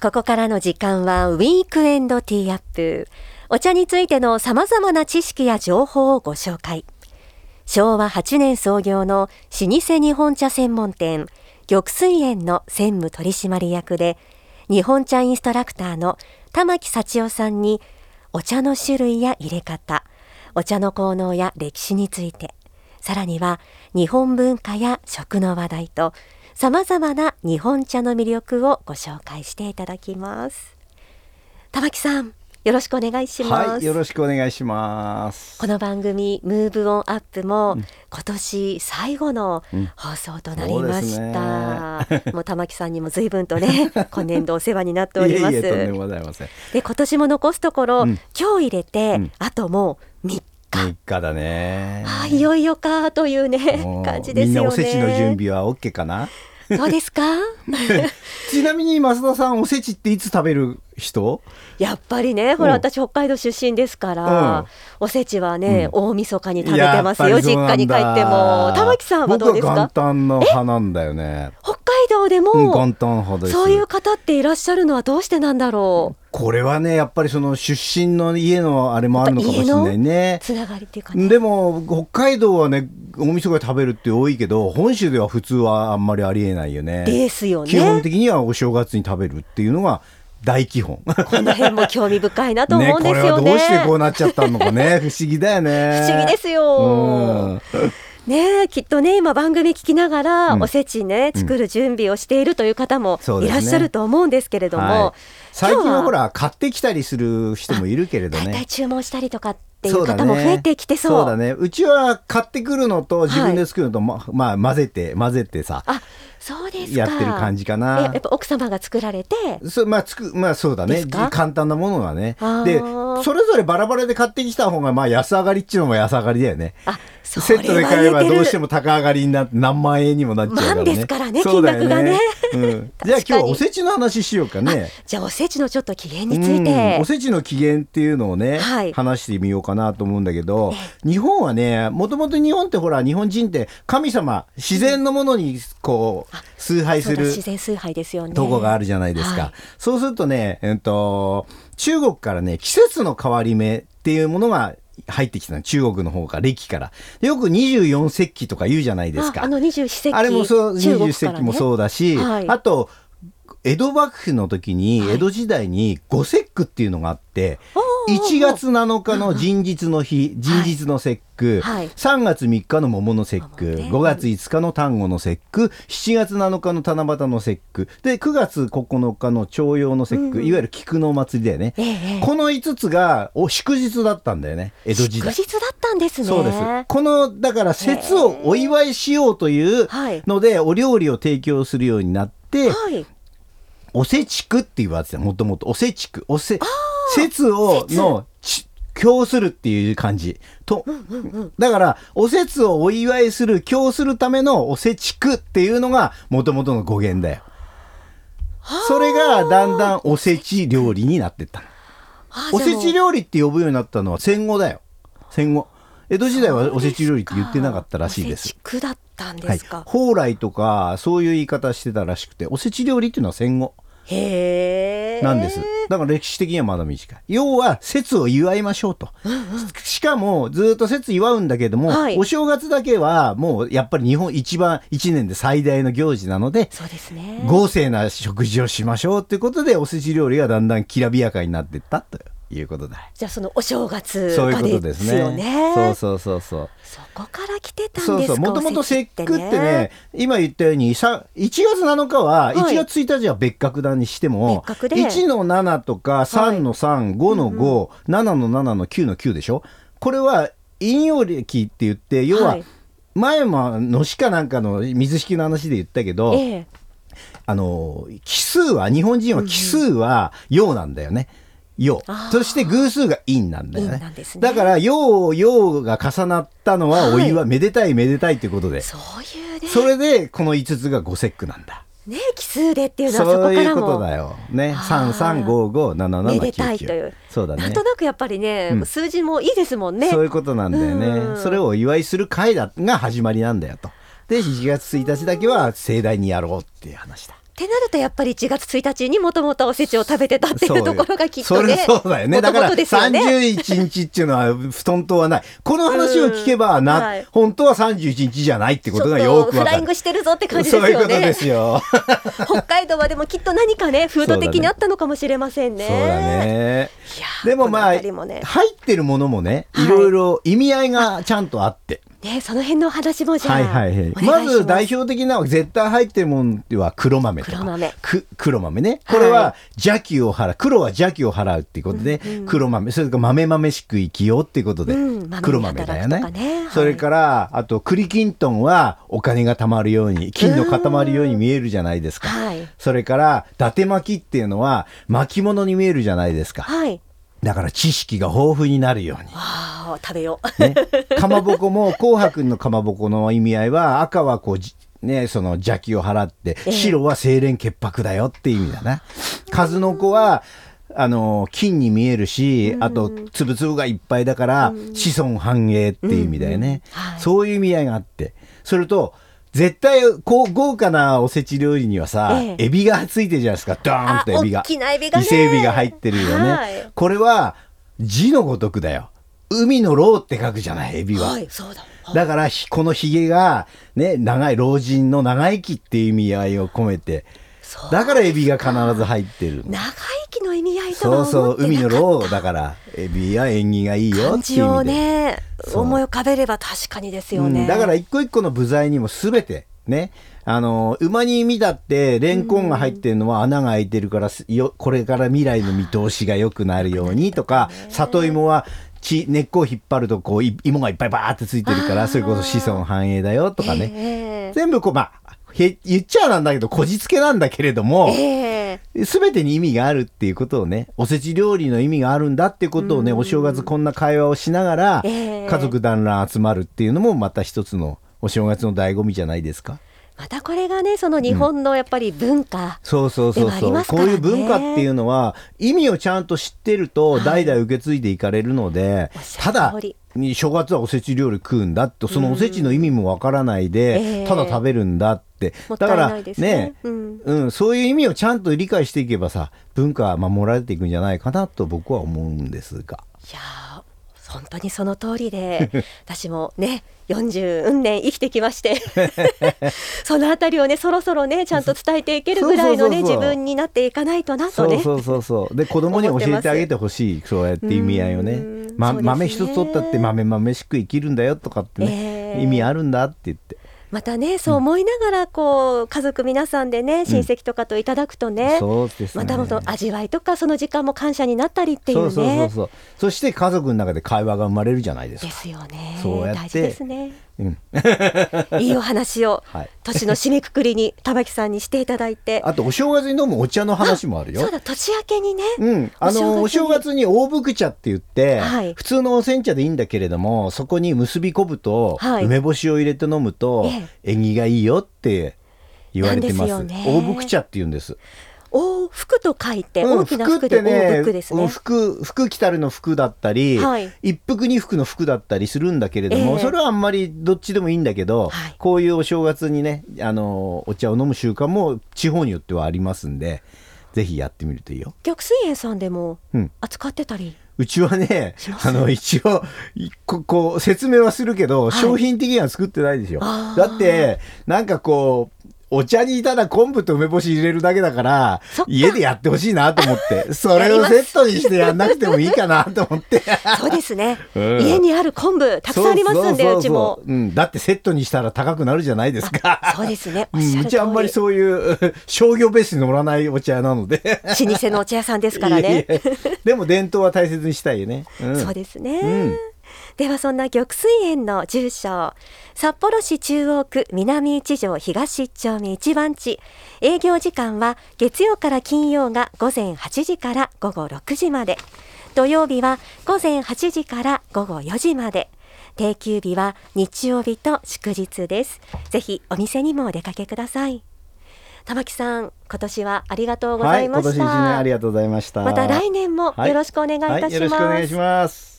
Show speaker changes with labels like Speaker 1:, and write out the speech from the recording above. Speaker 1: ここからの時間はウィークエンドティーアップ。お茶についての様々な知識や情報をご紹介。昭和8年創業の老舗日本茶専門店、玉水園の専務取締役で、日本茶インストラクターの玉木幸代さんに、お茶の種類や入れ方、お茶の効能や歴史について、さらには日本文化や食の話題と、さまざまな日本茶の魅力をご紹介していただきます玉木さんよろしくお願いします、
Speaker 2: はい、よろしくお願いします
Speaker 1: この番組ムーブオンアップも、うん、今年最後の放送となりました、うんうね、もう玉木さんにも随分と ね今年度お世話になっております
Speaker 2: で今
Speaker 1: 年も残すところ、うん、今日入れて、あともう3日
Speaker 2: 3日だね
Speaker 1: あいよいよかというね感じですよね
Speaker 2: おせちの準備は OK かな
Speaker 1: どうですか
Speaker 2: ちなみに増田さんおせちっていつ食べる人
Speaker 1: やっぱりねほら私北海道出身ですから、うん、おせちはね、うん、大晦日に食べてますよ実家に帰っても玉木さんはどうですか
Speaker 2: 元旦の派なんだよね
Speaker 1: 北海道でも、
Speaker 2: うん、で
Speaker 1: そういう方っていらっしゃるのはどうしてなんだろう
Speaker 2: これはねやっぱりその出身の家のあれもあるのかもしれないね
Speaker 1: つながりっていうか、ね、
Speaker 2: でも北海道はね大晦日食べるって多いけど本州では普通はあんまりありえないよね
Speaker 1: ですよね
Speaker 2: 基本的にはお正月に食べるっていうのが大基本
Speaker 1: この辺も興味深いなと思うんですよね、
Speaker 2: ね、どうしてこうなっちゃったのかね不思議だよね
Speaker 1: 不思議ですよ、ねきっとね今番組聞きながら、おせちね、うん、作る準備をしているという方もいらっしゃると思うんですけれども、ねはい、
Speaker 2: 最近はほら買ってきたりする人もいるけれどね
Speaker 1: 大体注文したりとかっていう方も増えてきてそう
Speaker 2: だね、ね、うちは買ってくるのと自分で作るのと、ま、はい、まあ混ぜて混ぜてさ
Speaker 1: そうです
Speaker 2: やってる感じかな
Speaker 1: やっぱ奥様が作られて
Speaker 2: そまあつくまあそうだね簡単なものはねでそれぞれバラバラで買ってきた方がまあ安上がりっちゅうのも安上がりだよねセットで買えばどうしても高上がりにな何万円にもなっちゃうからね
Speaker 1: ですからね金額がね、
Speaker 2: うん、 じゃあ今日はおせちの話しようかね
Speaker 1: じゃあおせちのちょっと起源について
Speaker 2: おせちの起源っていうのをね、はい、話してみようかなと思うんだけど日本はねもともと日本ってほら日本人って神様自然のものにこう、崇拝する
Speaker 1: 自然崇拝ですよね
Speaker 2: とこがあるじゃないですか、はい、そうするとね、えっと、中国からね季節の変わり目っていうものが入ってきた中国の方から歴からよく24節気とか言うじゃないですか
Speaker 1: あの24節気
Speaker 2: あれもそう24節気もそうだし、ねはい、あと江戸幕府の時に江戸時代に五節句っていうのがあって、はい1月7日の人日の日、人日の節句、はい、3月3日の桃の節句、5月5日の端午の節句、7月7日の七夕の節句、で、9月9日の朝陽の節句、いわゆる菊のお祭りだよね。この5つがお祝日だったんだよね、江戸時代。
Speaker 1: 祝日だったんですね。
Speaker 2: そうです。この、だから節をお祝いしようというので、お料理を提供するようになって、はいおせちくっていうわけですよ、もともと。おせちく。おせ、節を、の、供するっていう感じ。と、だから、お節をお祝いする、供するためのおせちくっていうのが、もともとの語源だよ。それが、だんだんおせち料理になってったの。おせち料理って呼ぶようになったのは戦後だよ。戦後。江戸時代はおせち料理って言ってなかったらしいです。
Speaker 1: ですだったんですか、はい、
Speaker 2: 蓬莱とかそういう言い方してたらしくておせち料理っていうのは戦後なんですだから歴史的にはまだ短い要は節を祝いましょうと、うんうん、しかもずっと節祝うんだけども、はい、お正月だけはもうやっぱり日本一番1年で最大の行事なので
Speaker 1: そうですね
Speaker 2: 豪勢な食事をしましょうということでおせち料理がだんだんきらびやかになっていったと。いうことだ。
Speaker 1: じゃあそのお正月、
Speaker 2: ね、そういうことですね。そうそうそうそう。
Speaker 1: そこから来てたんです
Speaker 2: もともと節句ってね、今言ったようにさ、1月7日は1月1日は別格だにしても、はい、1の7とか3の3、5の5、は7の7の9の9でしょ。これは引用歴って言って要は前ものしかなんかの水引の話で言ったけど。ええ、あの奇数は日本人は奇数は陽なんだよね、陽そして偶数が陰なんだよね、ね、だから陽陽が重なったのはお祝い、はい、めでたいめでたいということで
Speaker 1: そういう、ね、
Speaker 2: それでこの5つが五節句なんだ
Speaker 1: ね奇数でっていうのはそこからも
Speaker 2: そういうことだよね三三五五七七
Speaker 1: 九九という
Speaker 2: そうだね
Speaker 1: なんとなくやっぱりね、うん、数字もいいですもんね
Speaker 2: そういうことなんだよね、うん、それをお祝いする会だが始まりなんだよとで1月1日だけは盛大にやろうっていう話だ
Speaker 1: ってなるとやっぱり1月1日にもともとおせちを食べてたってい
Speaker 2: そう
Speaker 1: う
Speaker 2: よ
Speaker 1: ところがきっ
Speaker 2: そ
Speaker 1: と
Speaker 2: れ
Speaker 1: ね
Speaker 2: そうだよね。だから
Speaker 1: 元々ですよね
Speaker 2: 31日っていうのは布団とはない。この話を聞けばな、
Speaker 1: うんはい
Speaker 2: 本当は31日じゃないって
Speaker 1: ち
Speaker 2: こと
Speaker 1: ょ
Speaker 2: が
Speaker 1: っ
Speaker 2: よ
Speaker 1: と
Speaker 2: く
Speaker 1: フ
Speaker 2: わ
Speaker 1: ラ
Speaker 2: か
Speaker 1: イング
Speaker 2: る。
Speaker 1: してるぞって感じで
Speaker 2: そう
Speaker 1: す
Speaker 2: いうこ
Speaker 1: よ
Speaker 2: とで
Speaker 1: ね
Speaker 2: すよ。
Speaker 1: 北海道はでもきっと何かね風土的にあったのかもしれませんね
Speaker 2: そうだね。
Speaker 1: いやー
Speaker 2: でも
Speaker 1: この
Speaker 2: まあ、
Speaker 1: 辺りもね
Speaker 2: 入ってるものもね、
Speaker 1: はい
Speaker 2: いろいろ意味合いがちゃんとあって。
Speaker 1: ねその辺のお話もじゃあ、
Speaker 2: はいはいはい
Speaker 1: お願いしす
Speaker 2: まず代表的なのは絶対入ってるもんは黒豆とか
Speaker 1: 黒豆
Speaker 2: く黒豆ねこれ
Speaker 1: は
Speaker 2: は邪気を払う黒は邪気を払うっていうことで、黒豆それから豆々しく生きようっていうことで、
Speaker 1: うん豆に
Speaker 2: 黒豆だよね
Speaker 1: 働くとかねはい
Speaker 2: それからあと栗きんとんはお金が貯まるように金の固まるように見えるじゃないですか、
Speaker 1: はい
Speaker 2: それから伊達巻きっていうのは巻物に見えるじゃないですか、
Speaker 1: はい
Speaker 2: だから知識が豊富になるように
Speaker 1: ああ食べよう
Speaker 2: ね、かまぼこも紅白のかまぼこの意味合いは赤はこうじね、その邪気を払って
Speaker 1: え
Speaker 2: 白は清廉潔白だよっていう意味だな。数の子はあの金に見えるし、あと粒々がいっぱいだから子孫繁栄っていう意味だよね、
Speaker 1: うんうんはい
Speaker 2: そういう意味合いがあってそれと絶対こう豪華なおせち料理にはさ、
Speaker 1: ええ
Speaker 2: エビがついてるじゃないですかドーンとエビが
Speaker 1: あ大きなエビがね
Speaker 2: 伊勢エビが入ってるよね、
Speaker 1: はい
Speaker 2: これは字のごとくだよ。海のローって書くじゃない、エビは。
Speaker 1: はいそうだ
Speaker 2: だから、ひこのひげが、ね、長い、老人の長生きっていう意味合いを込めて、
Speaker 1: そう
Speaker 2: だからエビが必ず入ってる。
Speaker 1: 長生きの意味合いと
Speaker 2: そ
Speaker 1: は
Speaker 2: うそ
Speaker 1: 思っ
Speaker 2: う、
Speaker 1: て
Speaker 2: 海
Speaker 1: な
Speaker 2: の
Speaker 1: かっ
Speaker 2: ローだから、エビは縁起がいい
Speaker 1: た
Speaker 2: よ
Speaker 1: 感
Speaker 2: ってい
Speaker 1: じ
Speaker 2: う意
Speaker 1: を
Speaker 2: 味で。
Speaker 1: ね
Speaker 2: そう
Speaker 1: 思い浮かべれば確かにですよ
Speaker 2: う
Speaker 1: ね、
Speaker 2: んだから一個一個の部材にもすべてねあの馬に見だってレンコンが入ってるのは穴が開いてるからすよこれから未来の見通しが良くなるようにとか里芋はち根っこを引っ張るとこうい芋がいっぱいバーってついてるか
Speaker 1: あー
Speaker 2: らそれこそ子孫繁栄だよとかね、
Speaker 1: ね
Speaker 2: 全部こうまあへ言っちゃなんだけどこじつけなんだけれども、
Speaker 1: ええ
Speaker 2: 全てに意味があるっていうことをねおせち料理の意味があるんだってことをねお正月こんな会話をしながら
Speaker 1: ええ
Speaker 2: 家族団らん集まるっていうのもまた一つのお正月の醍醐味じゃないですか。
Speaker 1: またこれがねその日本のやっぱり文化、
Speaker 2: そうそうそ
Speaker 1: で
Speaker 2: う
Speaker 1: もあり
Speaker 2: そう、
Speaker 1: ますか
Speaker 2: こう
Speaker 1: らね
Speaker 2: いう文化っていうのは意味をちゃんと知ってると代々受け継いでいかれるので、
Speaker 1: おっしゃ
Speaker 2: た
Speaker 1: る
Speaker 2: だ
Speaker 1: 通り
Speaker 2: 正月はおせち料理食うんだってそのおせちの意味もわからないで、
Speaker 1: ええ
Speaker 2: ただ食べるんだって
Speaker 1: もっ
Speaker 2: だ
Speaker 1: た
Speaker 2: か
Speaker 1: いな
Speaker 2: ら
Speaker 1: いですね
Speaker 2: ね、
Speaker 1: うん
Speaker 2: うん、そういう意味をちゃんと理解していけばさ文化は守られていくんじゃないかなと僕は思うんですが。
Speaker 1: いやー本当にその通り で私もね40年生きてきまして そのあたりをねそろそろねちゃんと伝えていけるぐらいのね
Speaker 2: そうそうそうそう
Speaker 1: 自分になっていかないとなと
Speaker 2: そう
Speaker 1: ね
Speaker 2: そうそうそうで子供に
Speaker 1: 思って
Speaker 2: 教
Speaker 1: ま
Speaker 2: え
Speaker 1: す
Speaker 2: てあげてほしいそうやって意味合いを
Speaker 1: う
Speaker 2: ね
Speaker 1: ーん
Speaker 2: ま
Speaker 1: そうですね
Speaker 2: 豆一つ取ったって豆豆しく生きるんだよとかってね、
Speaker 1: ええ
Speaker 2: 意味あるんだって言って
Speaker 1: またねそう思いながらこう家族皆さんでね親戚とかといただくとね、
Speaker 2: そうですね
Speaker 1: またこの味わいとかその時間も感謝になったりっていう
Speaker 2: そ
Speaker 1: ね
Speaker 2: うそうそうそうそして家族の中で会話が生まれるじゃないです
Speaker 1: で
Speaker 2: か
Speaker 1: すよね
Speaker 2: そうやって
Speaker 1: 大事ですね、
Speaker 2: うん
Speaker 1: いいお話を、
Speaker 2: はい
Speaker 1: 年の締めくくりに玉木さんにしていただいて
Speaker 2: あとお正月に飲むお茶の話もあるよ
Speaker 1: そうだ年明けにね、
Speaker 2: うん、あのお正月に大福茶って言って、
Speaker 1: はい
Speaker 2: 普通のお煎茶でいいんだけれどもそこに結び昆布と
Speaker 1: はい
Speaker 2: 梅干しを入れて飲むと、
Speaker 1: え
Speaker 2: 縁起がいいよって言われてます
Speaker 1: なんですよね
Speaker 2: 大福茶って言うんです
Speaker 1: 大福と書いて、
Speaker 2: うん
Speaker 1: 大きな福で大福です
Speaker 2: う
Speaker 1: ね
Speaker 2: ん。福福来たるの福だったり、
Speaker 1: はい
Speaker 2: 一服二服の服だったりするんだけれど
Speaker 1: え
Speaker 2: も、
Speaker 1: え
Speaker 2: それはあんまりどっちでもいいんだけど、
Speaker 1: はい
Speaker 2: こういうお正月にねあのお茶を飲む習慣も地方によってはありますんでぜひやってみるといいよ。
Speaker 1: 玉水園さんでも
Speaker 2: うん
Speaker 1: 扱ってた り、
Speaker 2: うちはね
Speaker 1: しま、す
Speaker 2: あの、一応、いここう、説明はするけど、
Speaker 1: い
Speaker 2: 商品的には作ってないですよ。
Speaker 1: あー
Speaker 2: だって、なんかこう、お茶にただ昆布と梅干し入れるだけだから
Speaker 1: そっ、か
Speaker 2: 家でやってほしいなと思 って、それをセットにしてやんなくてもいいかなと思って。
Speaker 1: そうですね。
Speaker 2: うん
Speaker 1: 家にある昆布 たくさんありますんで、
Speaker 2: そう
Speaker 1: ちも。
Speaker 2: う。うん、だってセットにしたら高くなるじゃないですか。
Speaker 1: そうですね。お
Speaker 2: う
Speaker 1: っし
Speaker 2: ん、
Speaker 1: ゃ
Speaker 2: う
Speaker 1: る
Speaker 2: ち
Speaker 1: 通
Speaker 2: はあんまり
Speaker 1: り。
Speaker 2: そういう、 商業ベースに乗らないお茶なので。
Speaker 1: 老舗のお茶屋さんですからね
Speaker 2: い。えいえでも伝統は大切にしたいよね。うん
Speaker 1: そうですね。
Speaker 2: うん
Speaker 1: ではそんな玉水園の住所札幌市中央区南一条東一丁目一番地営業時間は月曜から金曜が午前8時から午後6時まで土曜日は午前8時から午後4時まで定休日は日曜日と祝日ですぜひお店にもお出かけください玉木さん今年はありがとうございました、
Speaker 2: はい、今年一年ありがとうございました。
Speaker 1: また来年もよろしくお願いいたします
Speaker 2: はいはいよろしくお願いします。